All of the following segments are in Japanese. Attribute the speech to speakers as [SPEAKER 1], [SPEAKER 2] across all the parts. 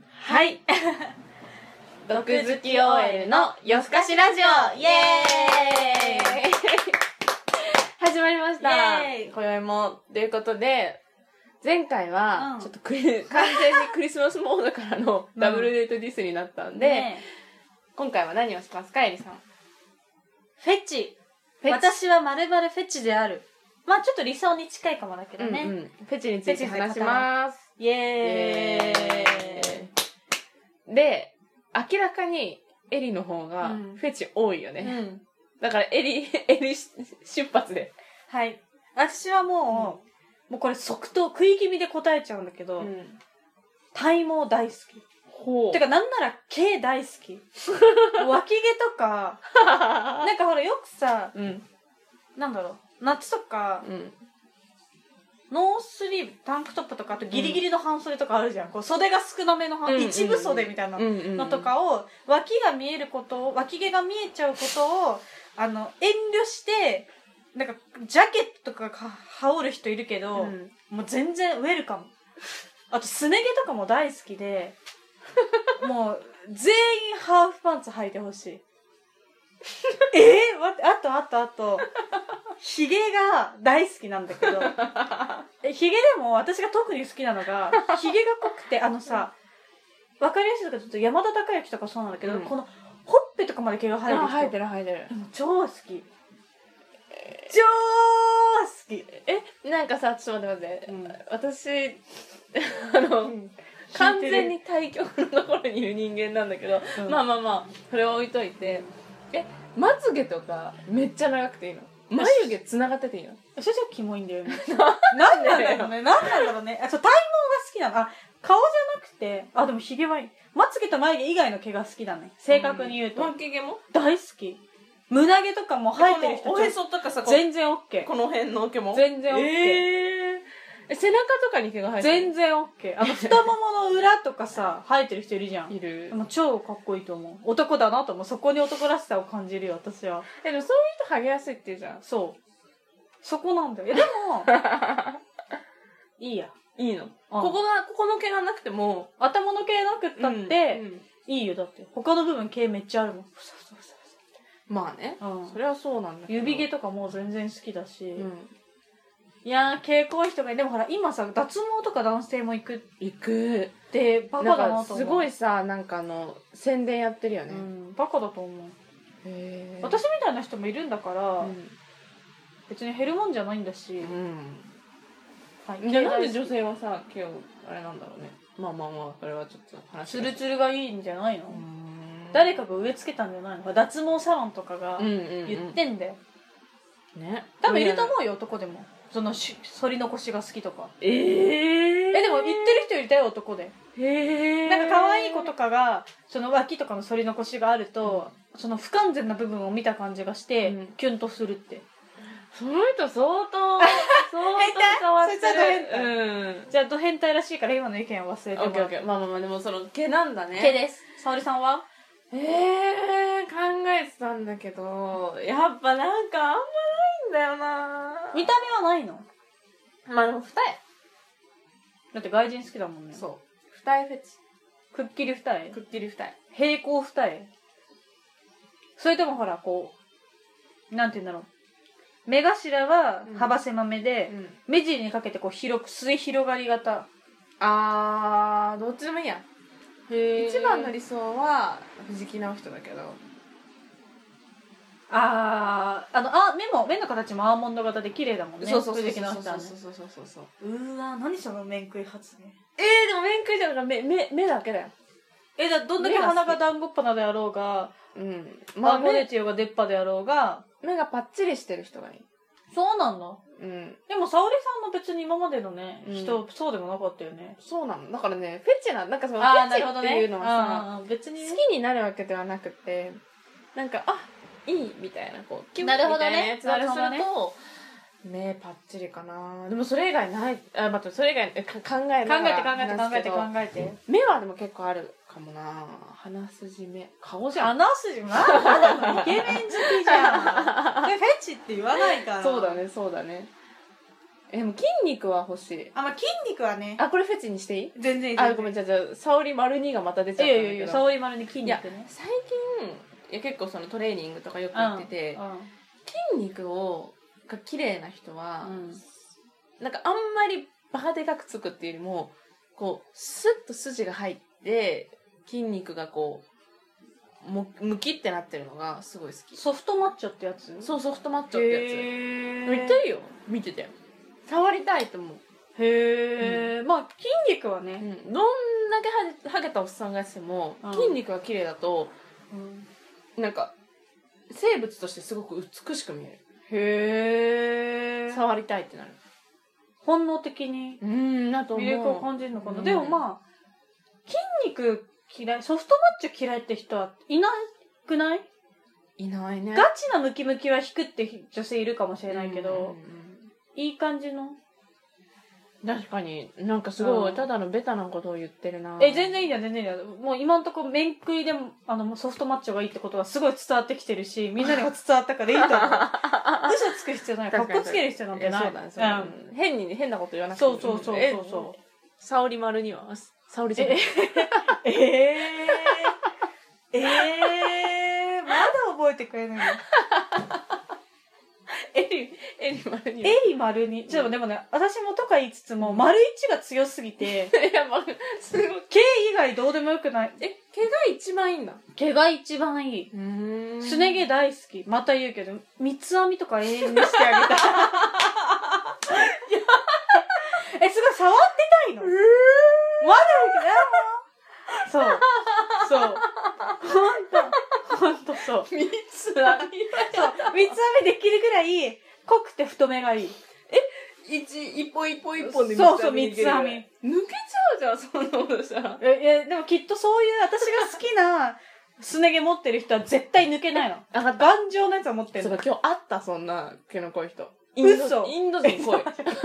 [SPEAKER 1] はい毒好き OL の夜更かしラジオイエーイ
[SPEAKER 2] 始まりました
[SPEAKER 1] イエーイ
[SPEAKER 2] 今宵もということで前回
[SPEAKER 1] う
[SPEAKER 2] は
[SPEAKER 1] ん
[SPEAKER 2] ちょっとクリ、完全にクリスマスモードからの
[SPEAKER 1] うん
[SPEAKER 2] ダブルデートディスになったんで、
[SPEAKER 1] ね
[SPEAKER 2] 今回は何をしますかエリさん
[SPEAKER 1] フェチ
[SPEAKER 2] フェチ
[SPEAKER 1] 私はまるまるフェチであるまあちょっと理想に近いかもだけどね、
[SPEAKER 2] うんうんフェチについて話します
[SPEAKER 1] イエーイ
[SPEAKER 2] で明らかにエリの方が
[SPEAKER 1] うん
[SPEAKER 2] フェチ多いよね、
[SPEAKER 1] うん
[SPEAKER 2] だからエリエリ出発で、
[SPEAKER 1] はい私はもう、もうこれ即答食い気味で答えちゃうんだけど、体毛大好き
[SPEAKER 2] ほう
[SPEAKER 1] てかなんなら毛大好 き脇毛とかなんかほらよくさ
[SPEAKER 2] うん
[SPEAKER 1] なんだろう夏とか
[SPEAKER 2] うん
[SPEAKER 1] ノースリーブタンクトップとかあとギリギリの半袖とかあるじゃん、こう袖が少なめの半、
[SPEAKER 2] うんうんうん
[SPEAKER 1] 一部袖みたいな
[SPEAKER 2] うんうん
[SPEAKER 1] のとかを脇が見えることを脇毛が見えちゃうことをあの遠慮してなんかジャケットとかか羽織る人いるけ
[SPEAKER 2] う
[SPEAKER 1] ど、
[SPEAKER 2] ん
[SPEAKER 1] もう全然ウェルカムあとすね毛とかも大好き でもう全員ハーフパンツ履いてほ しいえー、待ってあとあとあとひげが大好きなんだけどえひげでも私が特に好きなのがひげが濃くてあのさわかりやすいとかちょっと山田孝之とかそうなんだけど、
[SPEAKER 2] うん
[SPEAKER 1] このほっぺとかまで毛が生える
[SPEAKER 2] あ
[SPEAKER 1] 人
[SPEAKER 2] 生えてる生えてる
[SPEAKER 1] もう超好き超好
[SPEAKER 2] えなんかさちょっと待って
[SPEAKER 1] き、う
[SPEAKER 2] 待って
[SPEAKER 1] ん
[SPEAKER 2] 私 あの、完全に対極のところにいる人間なんだけど、
[SPEAKER 1] うん
[SPEAKER 2] まあまあまあそれは置いといてえまつげとかめっちゃ長くていいの眉毛つながってていいの
[SPEAKER 1] それじゃキモいん だよね。なんなんだろうね。なんなんだろうね。あ、そう、体毛が好きなの。あ、顔じゃなくて、あ、でもヒゲはいい。まつげと眉毛以外の毛が好きだね。正確に言うと。
[SPEAKER 2] 脇毛も
[SPEAKER 1] 大好き。胸毛とかも生えてる人
[SPEAKER 2] このおへそとかさこう
[SPEAKER 1] 全然オッケ
[SPEAKER 2] この辺の毛も
[SPEAKER 1] ー。全然オッケー。
[SPEAKER 2] えー、え背中とかに毛が生えて
[SPEAKER 1] 全然オッケー。あの、太ももの裏とかさ、生えてる人いるじゃん。
[SPEAKER 2] いる
[SPEAKER 1] もう超かっこいいと思う。男だなと思う。そこに男らしさを感じるよ、私は。
[SPEAKER 2] えでもそういう人ハゲやすいって言う じゃん
[SPEAKER 1] そう。そこなんだよ。いやでも、 いいや。
[SPEAKER 2] いいの、
[SPEAKER 1] うん
[SPEAKER 2] ここがここの毛がなくても
[SPEAKER 1] 頭の毛なくったって、
[SPEAKER 2] うんうん
[SPEAKER 1] いいよだって他の部分毛めっちゃあるもんふさふさふさ
[SPEAKER 2] まあね
[SPEAKER 1] ふさうん
[SPEAKER 2] それはそうなんだけど
[SPEAKER 1] 指毛とかもう全然好きだし、
[SPEAKER 2] うん
[SPEAKER 1] いやー毛濃い人がいいでもほら今さ脱毛とか男性も行くっ
[SPEAKER 2] 行く
[SPEAKER 1] てバカだ
[SPEAKER 2] なん
[SPEAKER 1] な
[SPEAKER 2] か
[SPEAKER 1] と思う
[SPEAKER 2] すごいさなんかあの宣伝やってるよ
[SPEAKER 1] う
[SPEAKER 2] ね、
[SPEAKER 1] ん、バカだと思う
[SPEAKER 2] へー
[SPEAKER 1] 私みたいな人もいるんだから、
[SPEAKER 2] う
[SPEAKER 1] 別に減るもんじゃないんだし、
[SPEAKER 2] ん、
[SPEAKER 1] はい、
[SPEAKER 2] じゃあなんで
[SPEAKER 1] 毛大
[SPEAKER 2] 女
[SPEAKER 1] 好き
[SPEAKER 2] 性はさ今日あれなんだろうねまあまあまあこれはちょっと話
[SPEAKER 1] ツルツルがいいんじゃないの、誰
[SPEAKER 2] 誰か
[SPEAKER 1] かが植え付けたんじゃないの脱毛サロンとかが言ってんだよ、
[SPEAKER 2] ね
[SPEAKER 1] 多分いると思うよ男でもそのし剃り残しが好きとか
[SPEAKER 2] えー、
[SPEAKER 1] えでも言ってる人いたよ男で
[SPEAKER 2] へえ
[SPEAKER 1] なんか可愛い子とかがその脇とかの反り残しがあると、その不完全な部分を見た感じがして、
[SPEAKER 2] うん
[SPEAKER 1] キュンとするって
[SPEAKER 2] その人相当相当変わって
[SPEAKER 1] 変態そいつはド
[SPEAKER 2] るうん
[SPEAKER 1] じゃあド変態らしいから今の意見は忘れて
[SPEAKER 2] オッ
[SPEAKER 1] も
[SPEAKER 2] ケ
[SPEAKER 1] ら
[SPEAKER 2] ー
[SPEAKER 1] う
[SPEAKER 2] オッケーまあまあまあでもその毛なんだね
[SPEAKER 1] 毛です沙織さんは
[SPEAKER 2] ええー、考えてたんだけどやっぱなんかあんまないんだよな
[SPEAKER 1] 見た目はないの
[SPEAKER 2] まあでも二
[SPEAKER 1] だって外人好きだもんね
[SPEAKER 2] 重そう二重フェチ
[SPEAKER 1] くっきり二重
[SPEAKER 2] くっきり二重
[SPEAKER 1] 平行二重それともほらこうなんて言うんだろう目頭は幅狭めで、目尻にかけてこう広く末広がり型
[SPEAKER 2] あーどっちでもいいや一番の理想は藤木直人だけど
[SPEAKER 1] あーあのあ目も目の形もアーモンド型で綺麗だもんね
[SPEAKER 2] そう
[SPEAKER 1] 藤木直人はね
[SPEAKER 2] そうそうそうそう
[SPEAKER 1] うーわ何その面食い発言
[SPEAKER 2] えー、でも面食いじゃなくて目目目だけだよ
[SPEAKER 1] えだどんだけ
[SPEAKER 2] 目が好き
[SPEAKER 1] 鼻が団子っ鼻であろうが
[SPEAKER 2] うんま
[SPEAKER 1] マ
[SPEAKER 2] あ
[SPEAKER 1] ーゴレ
[SPEAKER 2] 目
[SPEAKER 1] チオが出っ歯であろうが
[SPEAKER 2] 目がパッチリしてる人がいい
[SPEAKER 1] そうなんだ
[SPEAKER 2] うん
[SPEAKER 1] でも沙織さんも別に今までのね、
[SPEAKER 2] うん
[SPEAKER 1] 人そうでもなかったよね
[SPEAKER 2] そうなのだからねフェチなんなんかそのフェチっていうのはさ、
[SPEAKER 1] あー別に
[SPEAKER 2] 好きになるわけではなくてなんかあいいみたいなこうキュンみ
[SPEAKER 1] な
[SPEAKER 2] た
[SPEAKER 1] る
[SPEAKER 2] い
[SPEAKER 1] ほど
[SPEAKER 2] な
[SPEAKER 1] ね
[SPEAKER 2] やつだとす
[SPEAKER 1] なる
[SPEAKER 2] る
[SPEAKER 1] ほ
[SPEAKER 2] と目パッチリかなでもそれ以外ないあ待ってそれ以外か考えな
[SPEAKER 1] 考
[SPEAKER 2] が
[SPEAKER 1] え
[SPEAKER 2] ら
[SPEAKER 1] て考えて考えて考えて
[SPEAKER 2] 目はでも結構あるかもな鼻筋目顔じゃん
[SPEAKER 1] 鼻筋まあまだのイケメ ン好きじゃんそれフェチって言わないから
[SPEAKER 2] そうだねそうだねえでも筋肉は欲しい
[SPEAKER 1] あ、まあ、筋肉はね。
[SPEAKER 2] あこれフェチにしていい
[SPEAKER 1] 全然いい。
[SPEAKER 2] あごめん
[SPEAKER 1] じ
[SPEAKER 2] じゃあじゃあ沙織丸2がまた出ちゃ
[SPEAKER 1] い
[SPEAKER 2] っ
[SPEAKER 1] や
[SPEAKER 2] た
[SPEAKER 1] い
[SPEAKER 2] んだ
[SPEAKER 1] やい
[SPEAKER 2] け
[SPEAKER 1] や、
[SPEAKER 2] ど
[SPEAKER 1] 沙織丸に筋
[SPEAKER 2] い
[SPEAKER 1] 肉
[SPEAKER 2] や
[SPEAKER 1] ね。
[SPEAKER 2] 最近いや結構そのトレーニングとかよく行ってて、
[SPEAKER 1] う
[SPEAKER 2] 筋肉をが綺麗な人は、
[SPEAKER 1] ん。
[SPEAKER 2] なんかあんまりバカでかくつくっていうよりもこうスッと筋が入って筋肉がこうもむきってなってるのがすごい好き
[SPEAKER 1] ソフトマッチョってやつ
[SPEAKER 2] そうソフトマッチョってやつ
[SPEAKER 1] へ
[SPEAKER 2] めっちゃいいよ見てて触りたいと思う、
[SPEAKER 1] え。へえ。まあ、筋肉は
[SPEAKER 2] う
[SPEAKER 1] ね。
[SPEAKER 2] ん、どんだけはげはげたおっさんがしても、
[SPEAKER 1] うん
[SPEAKER 2] 筋肉が綺麗だと
[SPEAKER 1] うん
[SPEAKER 2] なんか生物としてすごく美しく見え
[SPEAKER 1] へ
[SPEAKER 2] る
[SPEAKER 1] え。
[SPEAKER 2] 触りたいってなる
[SPEAKER 1] 本能的に
[SPEAKER 2] うんなと思う
[SPEAKER 1] 魅力を感じるのか
[SPEAKER 2] う
[SPEAKER 1] な。
[SPEAKER 2] ん
[SPEAKER 1] でもまあ、筋肉嫌い、ソフトマッチョ嫌いって人はいなくない
[SPEAKER 2] いないね
[SPEAKER 1] ガチなムキムキは引くって女性いるかもしれないけ
[SPEAKER 2] う
[SPEAKER 1] ど
[SPEAKER 2] ん、
[SPEAKER 1] いい感じの。
[SPEAKER 2] 確かになんかすご
[SPEAKER 1] う
[SPEAKER 2] い
[SPEAKER 1] ん
[SPEAKER 2] ただのベタなことを言ってるな
[SPEAKER 1] え、全然いいじゃん、全然いいじゃん。もう今んとこ面食いでも、あの、もうソフトマッチョがいいってことがすごい伝わってきてる し、みんなにも伝わったからいいと思う。 嘘つく必要ない。かっ
[SPEAKER 2] 確かに
[SPEAKER 1] こつける必要なんてない。
[SPEAKER 2] そうだねそうだね変に変なこと言わ
[SPEAKER 1] う
[SPEAKER 2] なんくていい
[SPEAKER 1] そうそうそう
[SPEAKER 2] え
[SPEAKER 1] そうそう。
[SPEAKER 2] 沙織丸には沙織ちゃん
[SPEAKER 1] ええー、えー、まだ覚えてくれないの
[SPEAKER 2] エリエリ丸には
[SPEAKER 1] エリ丸に。ちょっとでもね、私もとか言いつつも、丸一が強すぎ て、
[SPEAKER 2] いやまあすごい
[SPEAKER 1] 毛以外どうでもよくない。
[SPEAKER 2] え毛が一番いいんだ
[SPEAKER 1] 毛が一番いい。
[SPEAKER 2] うん
[SPEAKER 1] すね毛大好き。また言うけど、三つ編みとか永遠にしてあげたい。 え、すごい、触ってたいのまだいけど、そう。そう。ほんと、ほんとそう。
[SPEAKER 2] 三
[SPEAKER 1] そ
[SPEAKER 2] つ編
[SPEAKER 1] う、三つ編みできるぐらい、濃くて太めがいい。
[SPEAKER 2] み一一本一本一本で
[SPEAKER 1] そうそう
[SPEAKER 2] でき
[SPEAKER 1] 三つ
[SPEAKER 2] る
[SPEAKER 1] 編
[SPEAKER 2] 抜けちゃうじゃんそんなことしたら
[SPEAKER 1] え、いやでもきっとそういう私が好きな、すね毛持ってる人は絶対抜けないの。
[SPEAKER 2] あが
[SPEAKER 1] 頑丈なやつは持ってる
[SPEAKER 2] そう
[SPEAKER 1] の。
[SPEAKER 2] だ今日あったそんな毛の濃い人イン
[SPEAKER 1] 嘘
[SPEAKER 2] ドインド人 濃い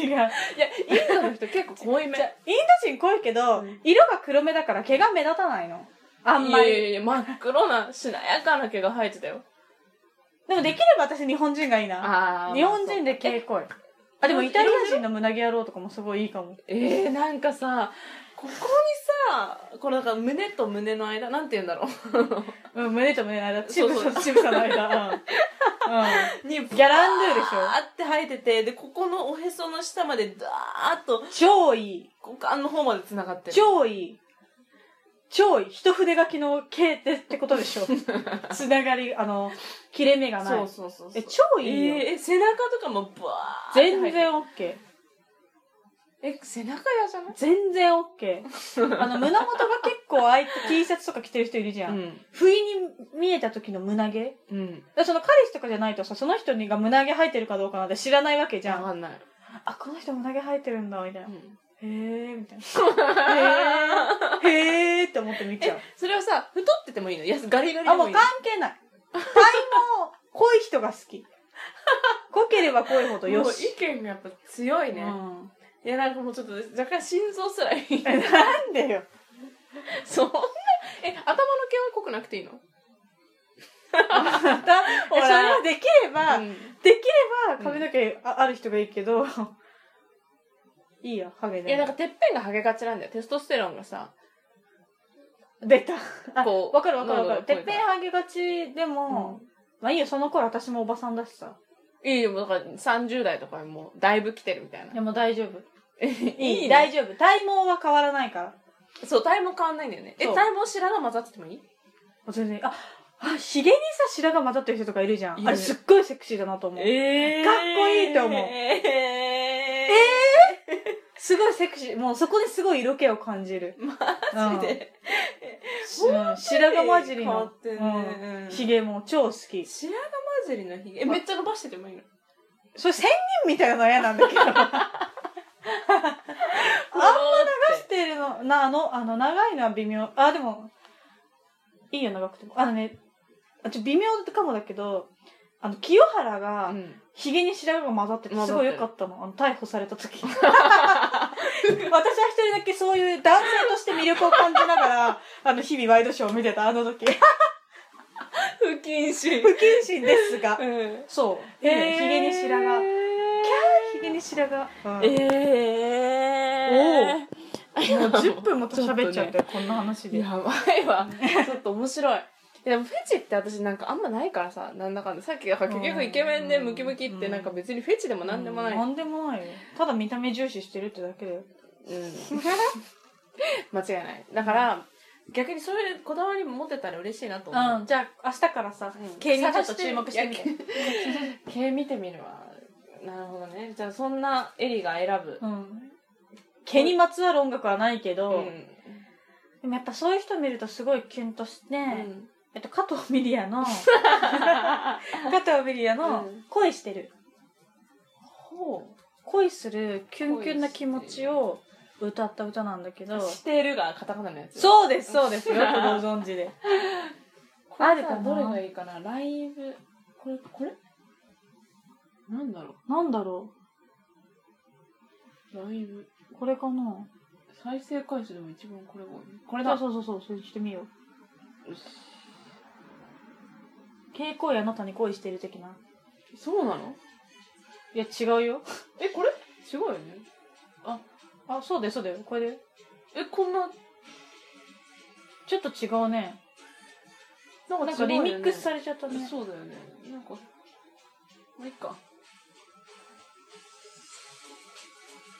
[SPEAKER 1] 違う。
[SPEAKER 2] いや、インドの人結構濃いめ
[SPEAKER 1] じゃ。あインド人濃いけど、
[SPEAKER 2] うん
[SPEAKER 1] 色が黒目だから毛が目立たないの。あんま
[SPEAKER 2] いやい
[SPEAKER 1] り。
[SPEAKER 2] やいや、真っ黒な、しなやかな毛が生えてたよ。
[SPEAKER 1] でもできれば私日本人がいいな。
[SPEAKER 2] あ
[SPEAKER 1] 日本人で毛濃い。あ、でもイタリア人の胸毛野郎とかもすごいいいかも。
[SPEAKER 2] えー、なんかさ、ここにさ、このなんか胸と胸の間、なんて言うんだろ
[SPEAKER 1] うん、胸と胸の間、チ
[SPEAKER 2] そう
[SPEAKER 1] ブ
[SPEAKER 2] そ
[SPEAKER 1] サ
[SPEAKER 2] う
[SPEAKER 1] とチブサの間。うん。 う
[SPEAKER 2] う。に、ギ
[SPEAKER 1] ん。ギャランドゥでしょ。
[SPEAKER 2] あって生えてて、で、ここのおへその下まで、ダーッと、
[SPEAKER 1] 超いい。
[SPEAKER 2] 股間の方まで繋がってる。
[SPEAKER 1] 超いい。超いい。一筆書きの系ってってことでし ょ。つながり、あの、切れ目がな
[SPEAKER 2] そ。
[SPEAKER 1] いう
[SPEAKER 2] そうそうそう。
[SPEAKER 1] え、超いいよ。
[SPEAKER 2] えー、背中とかもバーって
[SPEAKER 1] 全然 OK。
[SPEAKER 2] え、背中嫌じゃない
[SPEAKER 1] 全然 OK。あの、胸元が結構開いて T シャツとか着てる人いるじゃん。
[SPEAKER 2] ん。
[SPEAKER 1] 不意に見えた時の胸毛だか
[SPEAKER 2] うん。
[SPEAKER 1] らその彼氏とかじゃないとさ、その人にが胸毛生えてるかどうかなんて知らないわけじゃ
[SPEAKER 2] わ
[SPEAKER 1] ん。
[SPEAKER 2] かんない。
[SPEAKER 1] あ、この人胸毛生えてるんだ、みたいな。
[SPEAKER 2] うん
[SPEAKER 1] へー、みたいな。へー、へーって思って見ちゃう。
[SPEAKER 2] それはさ、太っててもいいのやすガリガリで
[SPEAKER 1] あ、も
[SPEAKER 2] もいういの
[SPEAKER 1] 関係ない。体の濃い人が好き。濃ければ濃いほどよ
[SPEAKER 2] もう
[SPEAKER 1] し。
[SPEAKER 2] 意見がやっぱ強い ね、
[SPEAKER 1] うん
[SPEAKER 2] いやなんかもうちょっと若干心臓すら いい
[SPEAKER 1] え、なんでよ。
[SPEAKER 2] そんなえ頭の毛は濃くなくていい の
[SPEAKER 1] また、えそ
[SPEAKER 2] ほ
[SPEAKER 1] れ
[SPEAKER 2] ら
[SPEAKER 1] はできれば、
[SPEAKER 2] うん
[SPEAKER 1] できれば髪の毛あ,、ある人がいいけど、いいよ、ハゲで。
[SPEAKER 2] いやなんかてっぺんがハゲがちなんだよテストステロンがさ
[SPEAKER 1] 出た。あ、
[SPEAKER 2] こう
[SPEAKER 1] わかるわかるわかる。
[SPEAKER 2] 喉
[SPEAKER 1] て
[SPEAKER 2] が
[SPEAKER 1] っぺんハゲがちでも、まあいいよ、その頃私もおばさんだしさ。
[SPEAKER 2] いいよもうだから30代とかにもうだいぶ来てるみたい な
[SPEAKER 1] でも大丈夫。いい、
[SPEAKER 2] だい
[SPEAKER 1] 大丈夫。体毛は変わらないから。
[SPEAKER 2] そう体毛変わんないんだよねえ
[SPEAKER 1] そう
[SPEAKER 2] 体毛白髪混ざっててもいい
[SPEAKER 1] 全然、あ、あ、ヒゲにさ、白髪混ざってる人とかいるじゃ
[SPEAKER 2] い
[SPEAKER 1] ん。
[SPEAKER 2] る
[SPEAKER 1] あれすっごいセクシーだなと思う。
[SPEAKER 2] え
[SPEAKER 1] かっこいいと思う
[SPEAKER 2] え
[SPEAKER 1] えすごいセクシー。もうそこですごい色気を感じる。
[SPEAKER 2] マジで、
[SPEAKER 1] うん白髪混じり
[SPEAKER 2] 変わ
[SPEAKER 1] の
[SPEAKER 2] ってんね、うん
[SPEAKER 1] ヒゲも超好き。
[SPEAKER 2] 白髪混じりのひげえめっちゃ伸ばしててもいいの
[SPEAKER 1] それ仙人みたいなの嫌なんだけど。
[SPEAKER 2] あんま
[SPEAKER 1] 出してるの、な、あの、あの、長いのは微妙。あ、でも、いいよ、長くても。あのね、あちょ微妙かもだけど、あの、清原が、
[SPEAKER 2] うん、
[SPEAKER 1] ヒゲに白髪が混ざってて、
[SPEAKER 2] 混
[SPEAKER 1] す
[SPEAKER 2] ざってる
[SPEAKER 1] ごい良かったの。あの、逮捕された時。 私は一人だけそういう男性として魅力を感じながら、あの、日々ワイドショーを見てた、あの時。
[SPEAKER 2] 不謹慎。
[SPEAKER 1] 不謹慎ですが
[SPEAKER 2] うん。
[SPEAKER 1] そういいねひげに白髪
[SPEAKER 2] え
[SPEAKER 1] ひげに白髪、
[SPEAKER 2] ー、えー。
[SPEAKER 1] もう10分も喋っちゃって、こんな話で
[SPEAKER 2] やばいわ。 ちょっと面白い。でもフェチって私なんかあんまないからさ、なんだかんだ。さっきだから結局イケメンでムキムキってなんか別にフェチでもなんで もない。
[SPEAKER 1] うんなんでもないよただ見た目重視してるってだけだよ
[SPEAKER 2] うん。間違いない。だから、逆にそういうこだわりも持てたら嬉しいなと思う。
[SPEAKER 1] うんじゃあ明日からさ
[SPEAKER 2] うん
[SPEAKER 1] 毛にちょっと注目してみて
[SPEAKER 2] 探毛見てみるわ。なるほどね。じゃあそんなエリが選ぶ。
[SPEAKER 1] うん毛にまつわる音楽はないけど、
[SPEAKER 2] ん
[SPEAKER 1] でもやっぱそういう人見るとすごいキュンとして、
[SPEAKER 2] うん
[SPEAKER 1] えっと、加藤ミリア の加藤ミリアの
[SPEAKER 2] うん
[SPEAKER 1] 恋してる、
[SPEAKER 2] ほ
[SPEAKER 1] 恋するキュンキュンな気持ちを歌った歌なんだけど
[SPEAKER 2] う。してるがカタカナのやつ。う
[SPEAKER 1] そうですそうですよくご存知であるかな
[SPEAKER 2] どれがいいかなライブ。これ、これなんだろ
[SPEAKER 1] なんだろ
[SPEAKER 2] うライブ。
[SPEAKER 1] うこれかな
[SPEAKER 2] 再生回数でも一番これが多い。これ
[SPEAKER 1] そ
[SPEAKER 2] だ。
[SPEAKER 1] うそうそうそうそれにしてみよう蛍光やあなたに恋してる的な
[SPEAKER 2] そうなの
[SPEAKER 1] いや違うよ
[SPEAKER 2] え、これ違うよね。
[SPEAKER 1] あそうだよそうだよこれで
[SPEAKER 2] え、こんな、
[SPEAKER 1] ちょっと違うね
[SPEAKER 2] な
[SPEAKER 1] なんかリミックスさ
[SPEAKER 2] れ
[SPEAKER 1] れちゃったね
[SPEAKER 2] そうだよね。なんか、まあ、いっか。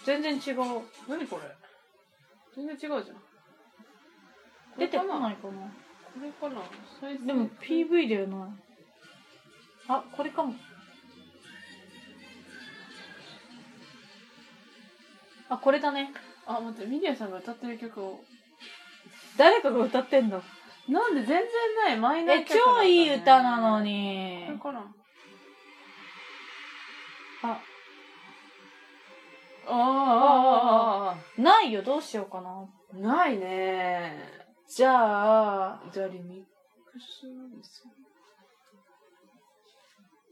[SPEAKER 1] 全然違う
[SPEAKER 2] 何これ全然違うじゃん。こ
[SPEAKER 1] 出
[SPEAKER 2] れ
[SPEAKER 1] て
[SPEAKER 2] か
[SPEAKER 1] こ
[SPEAKER 2] な
[SPEAKER 1] ないかな
[SPEAKER 2] これかな再生
[SPEAKER 1] でも PV だよなあこれかもあこれだね
[SPEAKER 2] あ、待って、ミリアさんが歌ってる曲を。
[SPEAKER 1] 誰かが歌ってんだ
[SPEAKER 2] なんで全然ないマイナー
[SPEAKER 1] え
[SPEAKER 2] 曲なん
[SPEAKER 1] 超
[SPEAKER 2] だね
[SPEAKER 1] いい歌なの。に
[SPEAKER 2] これかな
[SPEAKER 1] あ
[SPEAKER 2] あああ
[SPEAKER 1] ないよどうしようかな
[SPEAKER 2] あないね
[SPEAKER 1] じゃあ
[SPEAKER 2] じゃあリミックスにする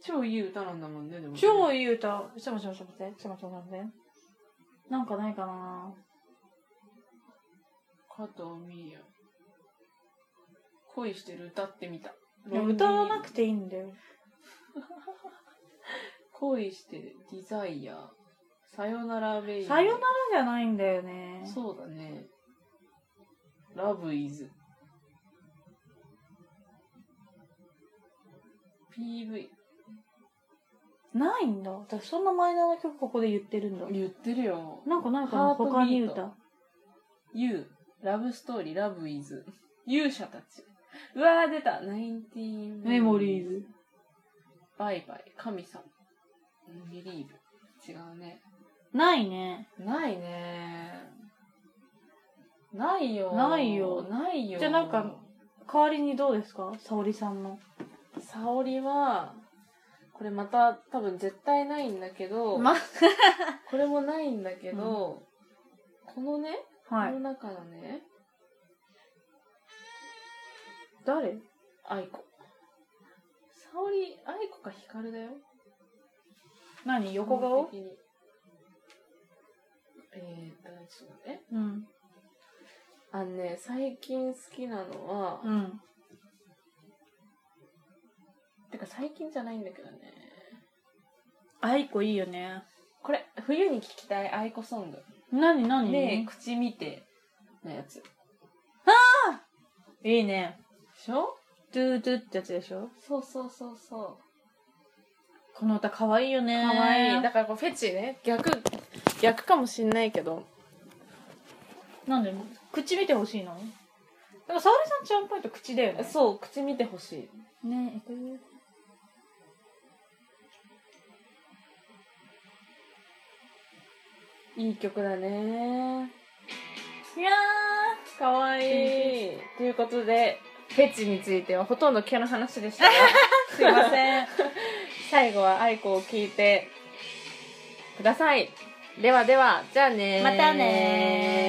[SPEAKER 2] 超いい歌なんだもんね、でもね、
[SPEAKER 1] 超いい歌ちょっと待ってちょっと待ってちょっと待ってちょっと待ってなんかないかな
[SPEAKER 2] 加藤ミリア。恋してる歌ってみた。
[SPEAKER 1] いや歌わなくていいんだよ
[SPEAKER 2] 恋してる、ディザイア、さよならベイビー。
[SPEAKER 1] さよならじゃないんだよね
[SPEAKER 2] そうだね。ラブイズ。PV。
[SPEAKER 1] ないんだ私そんなマイナーな曲ここで言ってるんだ
[SPEAKER 2] 言ってるよ。
[SPEAKER 1] なんかないか
[SPEAKER 2] ハ
[SPEAKER 1] な
[SPEAKER 2] ートビート
[SPEAKER 1] 他に歌
[SPEAKER 2] You, ラブストーリー、ラブイズ。勇者たち。うわー、出た。19
[SPEAKER 1] メモリーズ。
[SPEAKER 2] バイバイ、神様。ビリーブ。違うね。
[SPEAKER 1] ないね
[SPEAKER 2] ないねないよ。
[SPEAKER 1] ないよ
[SPEAKER 2] ないよ。
[SPEAKER 1] じゃあなんか、代わりにどうですか沙織さんの
[SPEAKER 2] 沙織は、これまた多分絶対ないんだけど、
[SPEAKER 1] ま
[SPEAKER 2] これもないんだけど、このね、
[SPEAKER 1] は
[SPEAKER 2] この
[SPEAKER 1] い
[SPEAKER 2] 中のね、
[SPEAKER 1] 誰
[SPEAKER 2] 愛子。沙織、愛子か光だよ。
[SPEAKER 1] 何横顔
[SPEAKER 2] 基本的にえーっと、ちょっと待って。
[SPEAKER 1] うん
[SPEAKER 2] あのね、最近好きなのは、
[SPEAKER 1] うん
[SPEAKER 2] てか最近じゃないんだけどね。
[SPEAKER 1] 愛子いいよね
[SPEAKER 2] これ、冬に聴きたい愛子ソング。
[SPEAKER 1] 何何
[SPEAKER 2] ねえ、口見てのやつ。で
[SPEAKER 1] いいね
[SPEAKER 2] しょ
[SPEAKER 1] ドゥードゥってやつでしょ
[SPEAKER 2] そうそうそうそう。
[SPEAKER 1] この歌可愛いよね
[SPEAKER 2] かわいい。だからこうフェチね。逆、逆かもしんないけど。
[SPEAKER 1] なんで口見てほしいのでも沙織さんちゃんぽいと口だよね
[SPEAKER 2] そう、口見てほしい。
[SPEAKER 1] ねえ行くよ
[SPEAKER 2] いい曲だね。
[SPEAKER 1] いや
[SPEAKER 2] かわいい。ということで、フェチについてはほとんど毛の話でした が
[SPEAKER 1] ーすいません
[SPEAKER 2] 最後は愛子を聞いてください。ではでは、じゃあねー
[SPEAKER 1] またねー